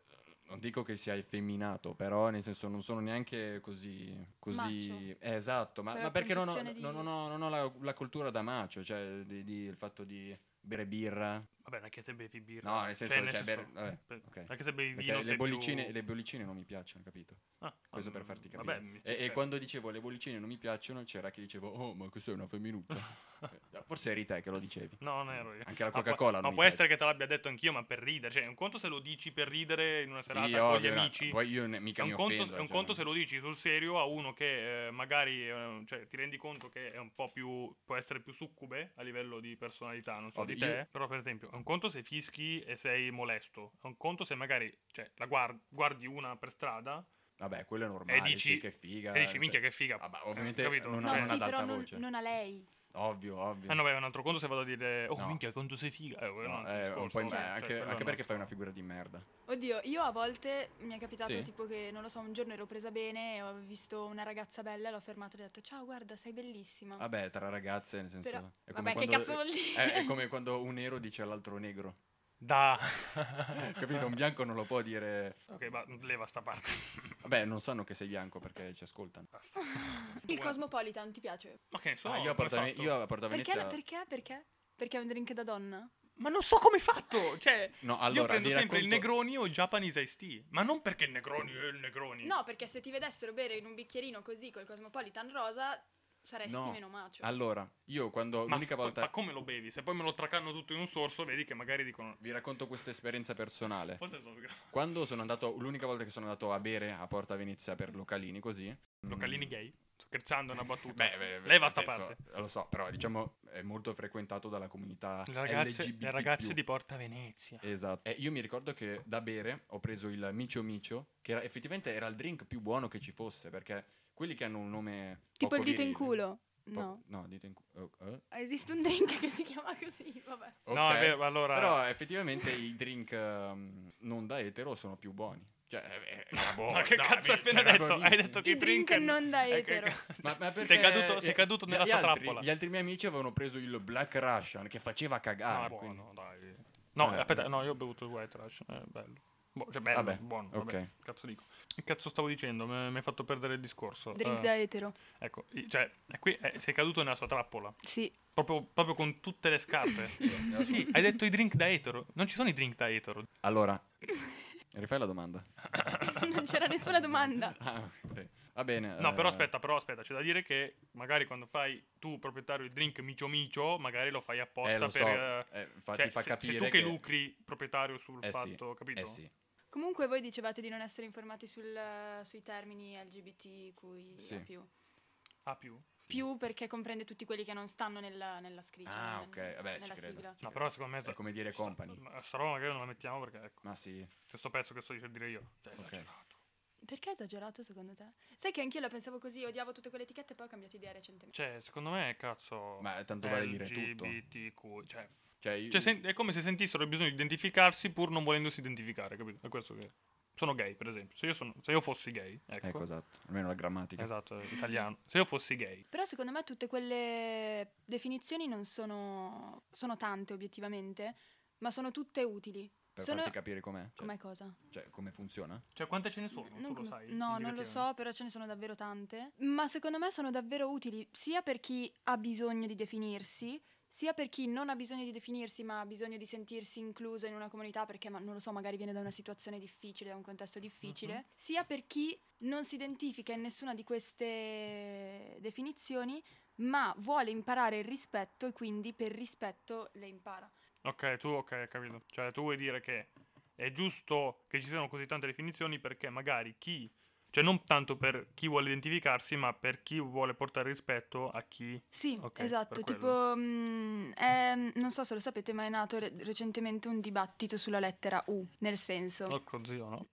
[SPEAKER 1] non dico che sia effeminato, però nel senso non sono neanche così... così...
[SPEAKER 2] Macho.
[SPEAKER 1] Eh, esatto, ma,
[SPEAKER 2] Quella
[SPEAKER 1] ma perché non ho,
[SPEAKER 2] concezione di-
[SPEAKER 1] non- non ho- non ho la, la cultura da macio, cioè di- di- il fatto di bere birra.
[SPEAKER 3] Vabbè, anche se bevi birra.
[SPEAKER 1] No, nel senso,
[SPEAKER 3] nel
[SPEAKER 1] cioè,
[SPEAKER 3] senso-
[SPEAKER 1] bere- vabbè,
[SPEAKER 3] per-
[SPEAKER 1] ok.
[SPEAKER 3] Anche se bevi
[SPEAKER 1] Perché
[SPEAKER 3] vino
[SPEAKER 1] le
[SPEAKER 3] sei
[SPEAKER 1] bollicine,
[SPEAKER 3] più-
[SPEAKER 1] le bollicine non mi piacciono, capito?
[SPEAKER 3] Ah,
[SPEAKER 1] Questo
[SPEAKER 3] um,
[SPEAKER 1] per farti capire.
[SPEAKER 3] Vabbè, mi-
[SPEAKER 1] e, e
[SPEAKER 3] cioè,
[SPEAKER 1] quando dicevo le bollicine non mi piacciono, c'era chi dicevo, oh, ma questa è una femminuccia. Eh, Forse eri te che lo dicevi.
[SPEAKER 3] No, non ero io.
[SPEAKER 1] Anche la
[SPEAKER 3] Ma può-
[SPEAKER 1] Coca-Cola
[SPEAKER 3] Ma
[SPEAKER 1] non mi
[SPEAKER 3] può essere che te l'abbia detto anch'io, ma per ridere. Cioè, un conto se lo dici per ridere in una serata
[SPEAKER 1] Sì,
[SPEAKER 3] con gli
[SPEAKER 1] ovvio, no,
[SPEAKER 3] amici.
[SPEAKER 1] Poi io ne- mica
[SPEAKER 3] È un,
[SPEAKER 1] mi
[SPEAKER 3] conto,
[SPEAKER 1] offendo.
[SPEAKER 3] è un
[SPEAKER 1] cioè,
[SPEAKER 3] conto se
[SPEAKER 1] non-
[SPEAKER 3] lo dici sul serio a uno che eh, magari eh, cioè, ti rendi conto che è un po' più può essere più succube a livello di personalità, non so
[SPEAKER 1] Ovvio,
[SPEAKER 3] di te,
[SPEAKER 1] io-
[SPEAKER 3] però per esempio, è un conto se fischi e sei molesto, è un conto se magari cioè, la guard- guardi una per strada
[SPEAKER 1] Vabbè, quello è normale,
[SPEAKER 3] e dici
[SPEAKER 1] sì, che figa.
[SPEAKER 3] e dici
[SPEAKER 1] se-
[SPEAKER 3] minchia che figa.
[SPEAKER 1] Ah, ma ovviamente
[SPEAKER 3] Eh, capito?
[SPEAKER 1] non
[SPEAKER 2] No,
[SPEAKER 1] ha
[SPEAKER 3] Eh,
[SPEAKER 1] una
[SPEAKER 2] sì,
[SPEAKER 1] data
[SPEAKER 2] però non,
[SPEAKER 1] voce.
[SPEAKER 2] non a lei.
[SPEAKER 1] Ovvio, ovvio.
[SPEAKER 3] Ah no, beh, è un altro conto se vado a dire "Oh,
[SPEAKER 1] No.
[SPEAKER 3] minchia, quanto sei figa". Eh, quello è un
[SPEAKER 1] No,
[SPEAKER 3] altro
[SPEAKER 1] eh, un
[SPEAKER 3] discorso,
[SPEAKER 1] po' in-
[SPEAKER 3] sì,
[SPEAKER 1] eh,
[SPEAKER 3] cioè,
[SPEAKER 1] anche,
[SPEAKER 3] quello è un
[SPEAKER 1] anche perché
[SPEAKER 3] altro-
[SPEAKER 1] fai una figura di merda.
[SPEAKER 2] Oddio, io a volte mi è capitato
[SPEAKER 1] Sì.
[SPEAKER 2] tipo che, non lo so, un giorno ero presa bene e ho visto una ragazza bella e l'ho fermato e ho detto ciao, guarda, sei bellissima.
[SPEAKER 1] Vabbè, tra ragazze, nel senso...
[SPEAKER 2] Però-
[SPEAKER 1] è Ah, come
[SPEAKER 2] Vabbè, che
[SPEAKER 1] quando- eh,
[SPEAKER 2] cazzo vuol dire?
[SPEAKER 1] È, è come quando un nero dice all'altro negro.
[SPEAKER 3] Da.
[SPEAKER 1] Capito? Un bianco non lo può dire...
[SPEAKER 3] ok, ma leva sta parte.
[SPEAKER 1] Vabbè, non sanno che sei bianco perché ci ascoltano.
[SPEAKER 3] Basta.
[SPEAKER 2] Il Cosmopolitan ti piace?
[SPEAKER 3] Ma che ne so,
[SPEAKER 1] Ah, io, a
[SPEAKER 3] come
[SPEAKER 1] Porta,
[SPEAKER 3] hai
[SPEAKER 1] Ve-
[SPEAKER 3] fatto?
[SPEAKER 1] io a Porta
[SPEAKER 2] Perché,
[SPEAKER 1] Venezia...
[SPEAKER 2] perché? Perché? Perché è un drink da donna?
[SPEAKER 3] Ma non so come hai fatto, cioè
[SPEAKER 1] No, allora,
[SPEAKER 3] io prendo
[SPEAKER 1] vi
[SPEAKER 3] sempre il
[SPEAKER 1] racconto-
[SPEAKER 3] Negroni o il Japanese Ice Tea. Ma non perché il Negroni è il
[SPEAKER 1] Mm.
[SPEAKER 3] Negroni.
[SPEAKER 2] No, perché se ti vedessero bere in un bicchierino così col Cosmopolitan rosa saresti
[SPEAKER 1] No. Ah,
[SPEAKER 2] meno macio.
[SPEAKER 1] Allora, io quando
[SPEAKER 3] ma,
[SPEAKER 1] l'unica
[SPEAKER 3] poi-
[SPEAKER 1] volta
[SPEAKER 3] ma come lo bevi? Se poi me lo tracanno tutto in un sorso, vedi che magari dicono...
[SPEAKER 1] vi racconto questa esperienza personale.
[SPEAKER 3] Forse sono gra-
[SPEAKER 1] Quando sono andato l'unica volta che sono andato a bere a Porta Venezia per localini così. mm,
[SPEAKER 3] localini gay. Sto scherzando, è una battuta.
[SPEAKER 1] Beh, beh, beh,
[SPEAKER 3] Leva
[SPEAKER 1] nel
[SPEAKER 3] sta
[SPEAKER 1] senso,
[SPEAKER 3] parte.
[SPEAKER 1] Lo so, però diciamo è molto frequentato dalla comunità
[SPEAKER 3] Le ragazze,
[SPEAKER 1] LGBT+.
[SPEAKER 3] le ragazze di Porta Venezia.
[SPEAKER 1] Esatto. E io mi ricordo che da bere ho preso il Micio Micio, che era- effettivamente era il drink più buono che ci fosse, perché quelli che hanno un nome
[SPEAKER 2] tipo
[SPEAKER 1] poco
[SPEAKER 2] il dito in
[SPEAKER 1] virile-
[SPEAKER 2] culo.
[SPEAKER 1] po-
[SPEAKER 2] No.
[SPEAKER 1] No, dito in oh, eh? culo.
[SPEAKER 2] Esiste un drink che si chiama così, vabbè.
[SPEAKER 3] No, è vero, allora...
[SPEAKER 1] Però effettivamente i drink ehm, non da etero sono più buoni. Cioè, eh, era buono,
[SPEAKER 3] ma che
[SPEAKER 1] dai,
[SPEAKER 3] cazzo hai
[SPEAKER 1] minchia,
[SPEAKER 3] appena
[SPEAKER 1] era
[SPEAKER 3] detto? Hai
[SPEAKER 1] buonissimo.
[SPEAKER 3] detto che
[SPEAKER 2] I drink non da
[SPEAKER 3] Eh, che-
[SPEAKER 2] etero.
[SPEAKER 1] Ma, ma perché
[SPEAKER 3] Sei caduto, sei
[SPEAKER 1] eh,
[SPEAKER 3] caduto
[SPEAKER 1] gli-
[SPEAKER 3] nella
[SPEAKER 1] gli
[SPEAKER 3] sua
[SPEAKER 1] altri-
[SPEAKER 3] trappola.
[SPEAKER 1] Gli altri miei amici avevano preso il Black Russian che faceva
[SPEAKER 3] No,
[SPEAKER 1] cagare.
[SPEAKER 3] Ah, è
[SPEAKER 1] Ah, quindi-
[SPEAKER 3] buono, dai. No,
[SPEAKER 1] Eh,
[SPEAKER 3] aspetta,
[SPEAKER 1] eh.
[SPEAKER 3] no, io ho bevuto il white trash, è bello. Boh, cioè bello,
[SPEAKER 1] Vabbè,
[SPEAKER 3] buono, vabbè,
[SPEAKER 1] ok.
[SPEAKER 3] cazzo dico. Che cazzo stavo dicendo? Mi mi hai fatto perdere il discorso.
[SPEAKER 2] Drink
[SPEAKER 3] Eh,
[SPEAKER 2] da etero.
[SPEAKER 3] Ecco, i- cioè, è qui eh, sei caduto nella sua trappola,
[SPEAKER 2] Sì.
[SPEAKER 3] proprio, proprio con tutte le scarpe.
[SPEAKER 1] Eh,
[SPEAKER 3] sì, hai detto i drink da etero, non ci sono i drink da etero.
[SPEAKER 1] Allora, rifai la domanda.
[SPEAKER 2] non c'era nessuna domanda.
[SPEAKER 1] Ah, ok. Va bene.
[SPEAKER 3] No,
[SPEAKER 1] eh,
[SPEAKER 3] però aspetta, però aspetta, c'è da dire che magari quando fai tu proprietario il drink micio micio, magari lo fai apposta
[SPEAKER 1] eh, lo
[SPEAKER 3] per...
[SPEAKER 1] so,
[SPEAKER 3] eh,
[SPEAKER 1] eh, fa-
[SPEAKER 3] cioè,
[SPEAKER 1] ti fa
[SPEAKER 3] se-
[SPEAKER 1] capire
[SPEAKER 3] sei tu che, lucri proprietario sul
[SPEAKER 1] Eh sì,
[SPEAKER 3] fatto, capito?
[SPEAKER 1] Eh sì,
[SPEAKER 2] Comunque voi dicevate di non essere informati sul- sui termini LGBTQIA+.
[SPEAKER 1] Sì.
[SPEAKER 2] Più.
[SPEAKER 3] A Ah, più.
[SPEAKER 2] più perché comprende tutti quelli che non stanno nella, nella scritta.
[SPEAKER 1] Ah,
[SPEAKER 2] nel-
[SPEAKER 1] ok, vabbè, ci
[SPEAKER 2] cioè, nella
[SPEAKER 1] credo.
[SPEAKER 2] sigla.
[SPEAKER 3] No, però secondo me...
[SPEAKER 1] Cioè, È come dire
[SPEAKER 3] sta-
[SPEAKER 1] company.
[SPEAKER 3] ma Sta roba magari non la mettiamo perché ecco.
[SPEAKER 1] Ma sì.
[SPEAKER 3] Questo pezzo che sto dicendo dire io. Cioè,
[SPEAKER 1] Ok.
[SPEAKER 3] esagerato.
[SPEAKER 2] Perché è esagerato secondo te? Sai che anch'io la pensavo così, odiavo tutte quelle etichette e poi ho cambiato idea recentemente.
[SPEAKER 3] Cioè, secondo me, cazzo.
[SPEAKER 1] Ma tanto vale dire tutto.
[SPEAKER 3] LGBTQ, Cioè,
[SPEAKER 1] Cioè, io-
[SPEAKER 3] cioè, sen- è come se sentissero il bisogno di identificarsi pur non volendosi identificare, capito? È questo che. Sono gay, per esempio. Se io, sono- se io fossi gay, ecco.
[SPEAKER 1] Ecco, esatto. Almeno la grammatica.
[SPEAKER 3] Esatto, è italiano. Se io fossi gay,
[SPEAKER 2] Però secondo me tutte quelle definizioni non sono... sono tante obiettivamente, ma sono tutte utili.
[SPEAKER 1] Per
[SPEAKER 2] sono...
[SPEAKER 1] farti capire com'è. Cioè,
[SPEAKER 2] Com'è cosa?
[SPEAKER 1] cioè, come funziona.
[SPEAKER 3] cioè, quante ce ne sono?
[SPEAKER 2] Non
[SPEAKER 3] tu lo
[SPEAKER 2] come-
[SPEAKER 3] sai?
[SPEAKER 2] No, non lo
[SPEAKER 3] indicativamente?
[SPEAKER 2] so, però ce ne sono davvero tante. Ma secondo me sono davvero utili sia per chi ha bisogno di definirsi, sia per chi non ha bisogno di definirsi, ma ha bisogno di sentirsi incluso in una comunità perché, ma- non lo so, magari viene da una situazione difficile, da un contesto difficile,
[SPEAKER 3] Mhm.
[SPEAKER 2] sia per chi non si identifica in nessuna di queste definizioni, ma vuole imparare il rispetto e quindi per rispetto le impara.
[SPEAKER 3] Ok, tu, ok, capito. Cioè, tu vuoi dire che è giusto che ci siano così tante definizioni perché magari chi. Cioè, non tanto per chi vuole identificarsi, ma per chi vuole portare rispetto a chi
[SPEAKER 2] Sì,
[SPEAKER 3] Ok,
[SPEAKER 2] esatto,
[SPEAKER 3] per
[SPEAKER 2] tipo, mm, è- non so se lo sapete, ma è nato re- recentemente un dibattito sulla lettera U, nel senso,
[SPEAKER 3] Porco zio, no?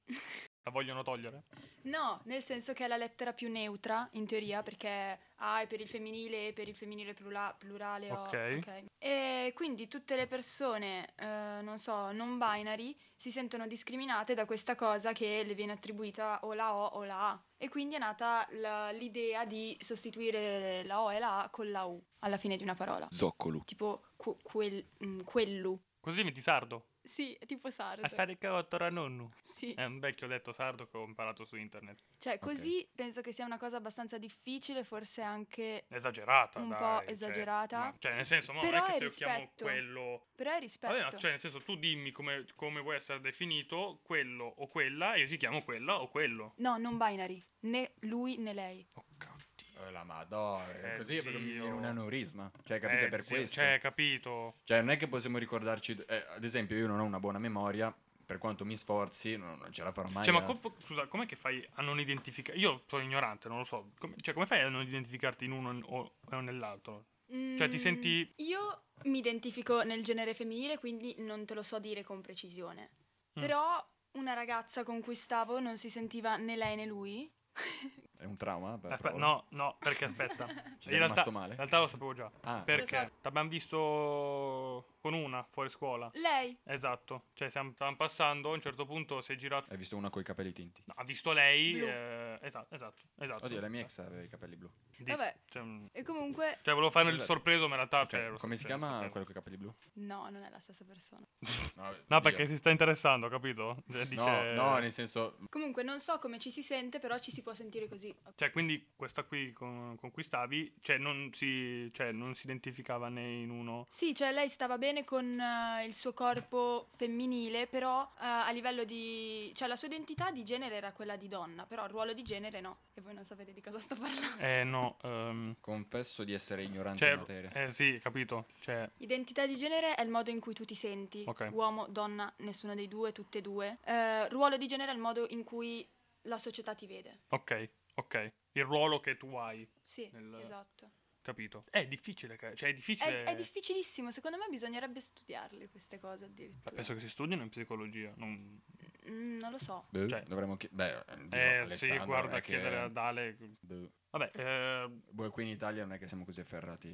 [SPEAKER 3] La vogliono togliere?
[SPEAKER 2] No, nel senso che è la lettera più neutra, in teoria, perché A è per il femminile, E per il femminile plura- plurale. O,
[SPEAKER 3] Ok.
[SPEAKER 2] ok. E quindi tutte le persone, eh, non so, non binary, si sentono discriminate da questa cosa che le viene attribuita o la O o la A. E quindi è nata la- l'idea di sostituire la O e la A con la U alla fine di una parola.
[SPEAKER 1] Zoccolo.
[SPEAKER 2] Tipo que- quel- mm, quellu.
[SPEAKER 3] Così mi ti sardo.
[SPEAKER 2] Sì, è tipo sardo.
[SPEAKER 3] A stare cavotto nonnu.
[SPEAKER 2] Sì.
[SPEAKER 3] È un vecchio detto sardo che ho imparato su internet.
[SPEAKER 2] Cioè, così penso che sia una cosa abbastanza difficile, forse anche
[SPEAKER 3] Esagerata,
[SPEAKER 2] Un
[SPEAKER 3] dai,
[SPEAKER 2] po'
[SPEAKER 3] cioè,
[SPEAKER 2] esagerata.
[SPEAKER 3] ma- Cioè, nel senso, ma
[SPEAKER 2] Però
[SPEAKER 3] non è che
[SPEAKER 2] è
[SPEAKER 3] se io chiamo
[SPEAKER 2] rispetto.
[SPEAKER 3] quello
[SPEAKER 2] Però è rispetto.
[SPEAKER 3] Vabbè, ma cioè, nel senso, tu dimmi come, come vuoi essere definito quello o quella, e io ti chiamo quella o quello.
[SPEAKER 2] No, non binary. Né lui né lei.
[SPEAKER 3] Oh, cazzo.
[SPEAKER 1] Eh, la madonna, è
[SPEAKER 3] Eh,
[SPEAKER 1] così è perché mi
[SPEAKER 3] zio.
[SPEAKER 1] viene un aneurisma. Cioè, capite
[SPEAKER 3] Eh,
[SPEAKER 1] per
[SPEAKER 3] zio,
[SPEAKER 1] questo?
[SPEAKER 3] Cioè, capito.
[SPEAKER 1] Cioè, non è che possiamo ricordarci. eh, ad esempio, io non ho una buona memoria. Per quanto mi sforzi, non, non ce la farò mai. eh.
[SPEAKER 3] Cioè, ma
[SPEAKER 1] a-
[SPEAKER 3] com- scusa, com'è che fai a non identificare? Io sono ignorante, non lo so. Com- cioè, come fai a non identificarti in uno o, o nell'altro? Cioè, ti
[SPEAKER 2] Mm,
[SPEAKER 3] senti-
[SPEAKER 2] Io mi identifico nel genere femminile, quindi non te lo so dire con precisione.
[SPEAKER 3] Mm.
[SPEAKER 2] Però una ragazza con cui stavo non si sentiva né lei né lui.
[SPEAKER 1] È un trauma? eh, per
[SPEAKER 3] Aspetta,
[SPEAKER 1] Paolo?
[SPEAKER 3] no, no, perché aspetta. in
[SPEAKER 1] sei
[SPEAKER 3] realtà,
[SPEAKER 1] rimasto male?
[SPEAKER 3] In realtà lo sapevo già.
[SPEAKER 1] Ah,
[SPEAKER 3] Perché?
[SPEAKER 2] Lo so.
[SPEAKER 3] T'abbiamo visto con una fuori scuola.
[SPEAKER 2] Lei.
[SPEAKER 3] Esatto. Cioè, stiamo, stavamo passando, a un certo punto si è girato.
[SPEAKER 1] hai visto una coi capelli tinti.
[SPEAKER 3] no, ha visto lei.
[SPEAKER 2] Blu.
[SPEAKER 3] eh, esatto, esatto, esatto.
[SPEAKER 1] Oddio, la mia ex aveva i capelli blu.
[SPEAKER 3] Dis-
[SPEAKER 2] Vabbè.
[SPEAKER 3] cioè, mm,
[SPEAKER 2] E comunque...
[SPEAKER 3] Cioè, volevo fare il
[SPEAKER 1] Esatto.
[SPEAKER 3] sorpreso, ma in realtà.
[SPEAKER 1] Cioè,
[SPEAKER 3] Cioè, lo
[SPEAKER 1] come si
[SPEAKER 3] sapevo,
[SPEAKER 1] chiama
[SPEAKER 3] sapevo.
[SPEAKER 1] quello con i capelli blu?
[SPEAKER 3] Cioè-
[SPEAKER 2] No, non è la stessa persona.
[SPEAKER 1] No,
[SPEAKER 3] No,
[SPEAKER 1] oddio.
[SPEAKER 3] perché si sta interessando, capito? Cioè, dice-
[SPEAKER 1] No, no, nel senso,
[SPEAKER 2] Comunque non so come ci si sente, però ci si può sentire così.
[SPEAKER 3] Cioè, quindi questa qui con, con cui stavi, cioè non, si, cioè, non si identificava né in uno.
[SPEAKER 2] Sì, cioè lei stava bene con eh, il suo corpo femminile, però eh, a livello di... cioè la sua identità di genere era quella di donna, però il ruolo di genere no. E voi non sapete di cosa sto parlando.
[SPEAKER 3] Eh, no. ehm,
[SPEAKER 1] confesso di essere ignorante
[SPEAKER 3] cioè,
[SPEAKER 1] in materia.
[SPEAKER 3] eh, sì, capito. Cioè,
[SPEAKER 2] Identità di genere è il modo in cui tu ti senti,
[SPEAKER 3] Ok.
[SPEAKER 2] uomo, donna, nessuno dei due, tutte e due. Eh, ruolo di genere è il modo in cui la società ti vede.
[SPEAKER 3] ok, ok. Il ruolo che tu hai,
[SPEAKER 2] Sì,
[SPEAKER 3] Nel-
[SPEAKER 2] esatto.
[SPEAKER 3] capito? È difficile, ca- cioè, è difficile.
[SPEAKER 2] È, è difficilissimo, secondo me bisognerebbe studiarle queste cose
[SPEAKER 3] Ma
[SPEAKER 2] addirittura.
[SPEAKER 3] Eh, Cioè, Penso che si studino in psicologia. Non...
[SPEAKER 2] Mm, non lo so.
[SPEAKER 1] Boh,
[SPEAKER 3] cioè-
[SPEAKER 1] dovremmo chi- Beh, oddio,
[SPEAKER 3] Eh, sì,
[SPEAKER 1] Alessandro, non
[SPEAKER 3] guarda,
[SPEAKER 1] è che-
[SPEAKER 3] chiedere ad Ale.
[SPEAKER 1] Boh.
[SPEAKER 3] Vabbè, eh,
[SPEAKER 1] Boh, qui in Italia non è che siamo così afferrati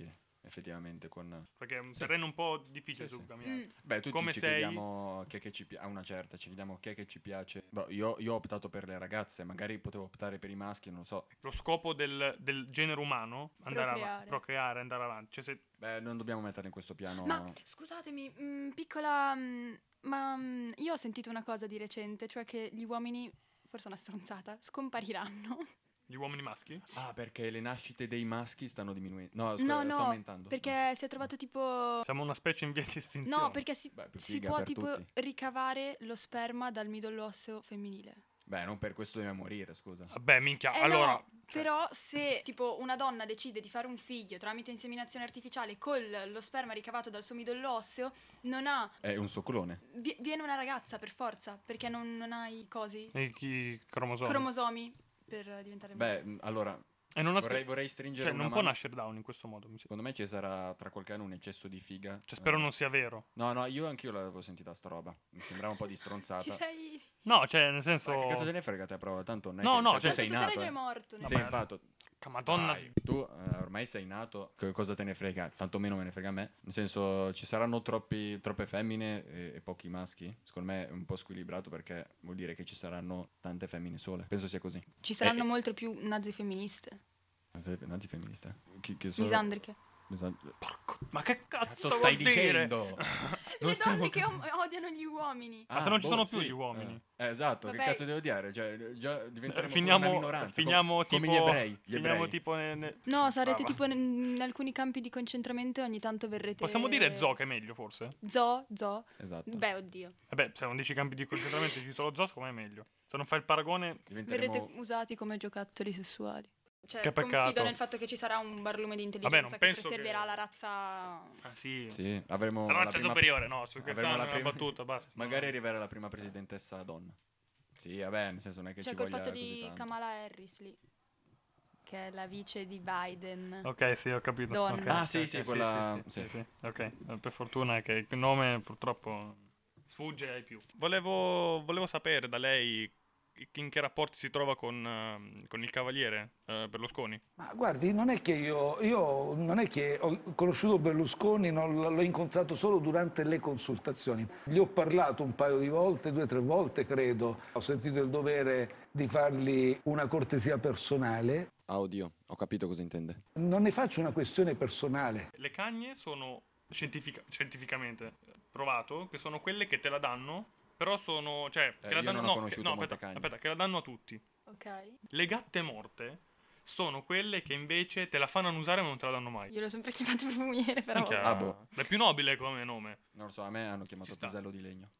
[SPEAKER 1] effettivamente con...
[SPEAKER 3] perché è un
[SPEAKER 1] Sì.
[SPEAKER 3] terreno un po' difficile
[SPEAKER 1] Sì,
[SPEAKER 3] su
[SPEAKER 1] sì.
[SPEAKER 3] camminare.
[SPEAKER 2] Mm.
[SPEAKER 1] Beh, tutti
[SPEAKER 3] Come
[SPEAKER 1] ci
[SPEAKER 3] sei?
[SPEAKER 1] chiediamo che, che ci piace, a una certa, ci chiediamo che, che ci piace. Boh, io, io ho optato per le ragazze, magari potevo optare per i maschi, non lo so.
[SPEAKER 3] lo scopo del, del genere umano andare
[SPEAKER 2] Procreare.
[SPEAKER 3] avanti, procreare, andare avanti. Cioè, se-
[SPEAKER 1] Beh, non dobbiamo metterli in questo piano...
[SPEAKER 2] Ma scusatemi, mm, piccola. mm, ma mm, io ho sentito una cosa di recente, cioè che gli uomini, forse è una stronzata, scompariranno.
[SPEAKER 3] gli uomini maschi?
[SPEAKER 1] Ah, perché le nascite dei maschi stanno diminuendo. No, scusa,
[SPEAKER 2] no,
[SPEAKER 1] sta
[SPEAKER 2] no,
[SPEAKER 1] aumentando. Ah.
[SPEAKER 2] perché si è trovato tipo.
[SPEAKER 3] Siamo una specie in via di estinzione.
[SPEAKER 2] No, perché si,
[SPEAKER 1] Beh, più
[SPEAKER 2] si
[SPEAKER 1] figa
[SPEAKER 2] può
[SPEAKER 1] per
[SPEAKER 2] tipo
[SPEAKER 1] tutti.
[SPEAKER 2] ricavare lo sperma dal midollo osseo femminile.
[SPEAKER 1] Beh, non per questo dobbiamo morire, scusa.
[SPEAKER 3] Vabbè, minchia,
[SPEAKER 2] Eh
[SPEAKER 3] allora...
[SPEAKER 2] no,
[SPEAKER 3] cioè,
[SPEAKER 2] Però se tipo una donna decide di fare un figlio tramite inseminazione artificiale con lo sperma ricavato dal suo midollo osseo, non ha.
[SPEAKER 1] È un soccolone.
[SPEAKER 2] vi- viene una ragazza per forza, perché non, non ha i cosi.
[SPEAKER 3] i, i cromosomi.
[SPEAKER 2] cromosomi per eh, diventare
[SPEAKER 1] Beh, mh, allora,
[SPEAKER 3] e non, nasce-
[SPEAKER 1] vorrei, vorrei stringere
[SPEAKER 3] cioè,
[SPEAKER 1] una
[SPEAKER 3] non può
[SPEAKER 1] mano.
[SPEAKER 3] nascere down in questo modo, mi sembra.
[SPEAKER 1] Secondo me ci sarà tra qualche anno un eccesso di figa.
[SPEAKER 3] Cioè, spero
[SPEAKER 1] Eh,
[SPEAKER 3] non sia vero.
[SPEAKER 1] No, no, io anch'io l'avevo sentita sta roba. Mi sembrava un po' di
[SPEAKER 2] Ti
[SPEAKER 1] stronzata.
[SPEAKER 2] sei...
[SPEAKER 3] No, cioè, nel senso...
[SPEAKER 1] Ma che cazzo te ne frega te, prova? Tanto non è
[SPEAKER 3] No,
[SPEAKER 1] che-
[SPEAKER 3] no,
[SPEAKER 1] cioè,
[SPEAKER 3] cioè-
[SPEAKER 1] tu sei
[SPEAKER 2] tu sarai
[SPEAKER 1] nato.
[SPEAKER 2] già
[SPEAKER 1] eh.
[SPEAKER 2] morto. nel
[SPEAKER 1] Sì,
[SPEAKER 3] ma-
[SPEAKER 2] senso.
[SPEAKER 1] infatti.
[SPEAKER 3] Ca- Madonna...
[SPEAKER 1] Dai, tu eh, ormai sei nato, che cosa te ne frega? Tanto meno me ne frega a me. Nel senso, ci saranno troppi- troppe femmine e, e pochi maschi? Secondo me è un po' squilibrato perché vuol dire che ci saranno tante femmine sole. Penso sia così.
[SPEAKER 2] Ci saranno
[SPEAKER 1] Eh,
[SPEAKER 2] molte più nazi femministe,
[SPEAKER 1] Antifemminista. Chi, chi sono?
[SPEAKER 2] misandriche.
[SPEAKER 1] Misan-
[SPEAKER 3] Porco... Ma che cazzo,
[SPEAKER 1] Cazzo
[SPEAKER 3] vuol
[SPEAKER 1] stai
[SPEAKER 3] dire? Eh,
[SPEAKER 1] dicendo? Non
[SPEAKER 2] Le
[SPEAKER 1] stiamo-
[SPEAKER 2] donne che om- odiano gli uomini.
[SPEAKER 3] Ma se non ci sono più gli uomini.
[SPEAKER 1] Ah, boh, Eh, esatto, che
[SPEAKER 2] Vabbè.
[SPEAKER 1] cazzo devo dire? Cioè, già diventeremo
[SPEAKER 3] Eh,
[SPEAKER 1] come una
[SPEAKER 3] Finiamo,
[SPEAKER 1] minoranza.
[SPEAKER 3] finiamo
[SPEAKER 1] com-
[SPEAKER 3] tipo...
[SPEAKER 1] come gli ebrei. Gli
[SPEAKER 3] finiamo
[SPEAKER 1] ebrei.
[SPEAKER 3] tipo... ne- ne-
[SPEAKER 2] No, sarete
[SPEAKER 3] Brava.
[SPEAKER 2] tipo in, in alcuni campi di concentramento e ogni tanto verrete...
[SPEAKER 3] Possiamo dire zoo che è meglio, forse?
[SPEAKER 2] Zo, zo.
[SPEAKER 1] Esatto.
[SPEAKER 2] Beh, oddio.
[SPEAKER 3] Vabbè, se non dici campi di concentramento e ci sono zoo, secondo me è meglio. Se non fai il paragone...
[SPEAKER 1] Diventeremo...
[SPEAKER 2] Verrete usati come giocattoli sessuali. Cioè,
[SPEAKER 3] Che peccato.
[SPEAKER 2] confido nel fatto che ci sarà un barlume di intelligenza
[SPEAKER 3] non
[SPEAKER 2] che
[SPEAKER 3] penso che-
[SPEAKER 2] preserverà la razza...
[SPEAKER 3] Ah, sì.
[SPEAKER 1] Sì, avremo
[SPEAKER 3] La
[SPEAKER 1] la
[SPEAKER 3] razza
[SPEAKER 1] prima- Eh,
[SPEAKER 3] superiore, no, su questa
[SPEAKER 1] avremo
[SPEAKER 3] non
[SPEAKER 1] la
[SPEAKER 3] è una
[SPEAKER 1] prima-
[SPEAKER 3] battuta, basta.
[SPEAKER 1] Magari arriverà la prima presidentessa donna. Sì, vabbè, nel senso non è che
[SPEAKER 2] Cioè,
[SPEAKER 1] ci
[SPEAKER 2] col
[SPEAKER 1] voglia
[SPEAKER 2] fatto
[SPEAKER 1] così
[SPEAKER 2] di
[SPEAKER 1] tanto.
[SPEAKER 2] Kamala Harris lì, che è la vice di Biden.
[SPEAKER 3] Ok, sì, ho capito.
[SPEAKER 2] Donna.
[SPEAKER 3] Ok,
[SPEAKER 1] Ah,
[SPEAKER 3] ok,
[SPEAKER 1] sì,
[SPEAKER 3] ok,
[SPEAKER 1] sì, quella-
[SPEAKER 3] sì, sì,
[SPEAKER 1] sì.
[SPEAKER 3] sì, sì. Ok, eh, per fortuna che il nome purtroppo sfugge ai più. Volevo, volevo sapere da lei in che rapporti si trova con, ehm, con il cavaliere eh, Berlusconi.
[SPEAKER 4] Ma guardi, non è che io, io non è che ho conosciuto Berlusconi, non l- l'ho incontrato solo durante le consultazioni. Gli ho parlato un paio di volte, due o tre volte credo. Ho sentito il dovere di fargli una cortesia personale.
[SPEAKER 1] Ah, oddio, ho capito cosa intende.
[SPEAKER 4] Non ne faccio una questione personale.
[SPEAKER 3] Le cagne sono scientifica- scientificamente provato che sono quelle che te la danno, però sono. cioè, che
[SPEAKER 1] Eh,
[SPEAKER 3] la
[SPEAKER 1] io
[SPEAKER 3] danno.
[SPEAKER 1] non ho
[SPEAKER 3] no,
[SPEAKER 1] conosciuto
[SPEAKER 3] che, no,
[SPEAKER 1] molte
[SPEAKER 3] aspetta,
[SPEAKER 1] cagne.
[SPEAKER 3] aspetta, che la danno a tutti.
[SPEAKER 2] Ok.
[SPEAKER 3] Le gatte morte sono quelle che invece te la fanno annusare ma non te la danno mai.
[SPEAKER 2] Io l'ho sempre chiamato profumiere, però.
[SPEAKER 3] Minchia,
[SPEAKER 1] Ah, boh.
[SPEAKER 3] È più nobile come nome.
[SPEAKER 1] Non lo so, a me hanno chiamato
[SPEAKER 3] Ci sta.
[SPEAKER 1] pisello di legno.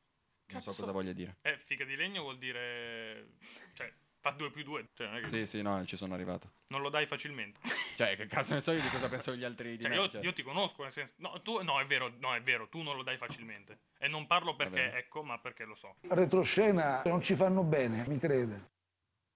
[SPEAKER 1] Non so
[SPEAKER 2] Cazzo.
[SPEAKER 1] cosa voglia dire.
[SPEAKER 3] Eh, figa di legno vuol dire. cioè, fa 2 più 2. Cioè, non, è che-
[SPEAKER 1] Sì, sì, no, ci sono arrivato.
[SPEAKER 3] non lo dai facilmente.
[SPEAKER 1] Cioè, che cazzo ne so io di cosa pensano gli altri di
[SPEAKER 3] Cioè,
[SPEAKER 1] me.
[SPEAKER 3] io,
[SPEAKER 1] cioè.
[SPEAKER 3] io ti conosco, nel senso. No, tu, no, è vero, no, è vero, tu non lo dai facilmente. E non parlo perché,
[SPEAKER 1] bene.
[SPEAKER 3] ecco, ma perché lo so.
[SPEAKER 4] Retroscena non ci fanno bene, mi crede.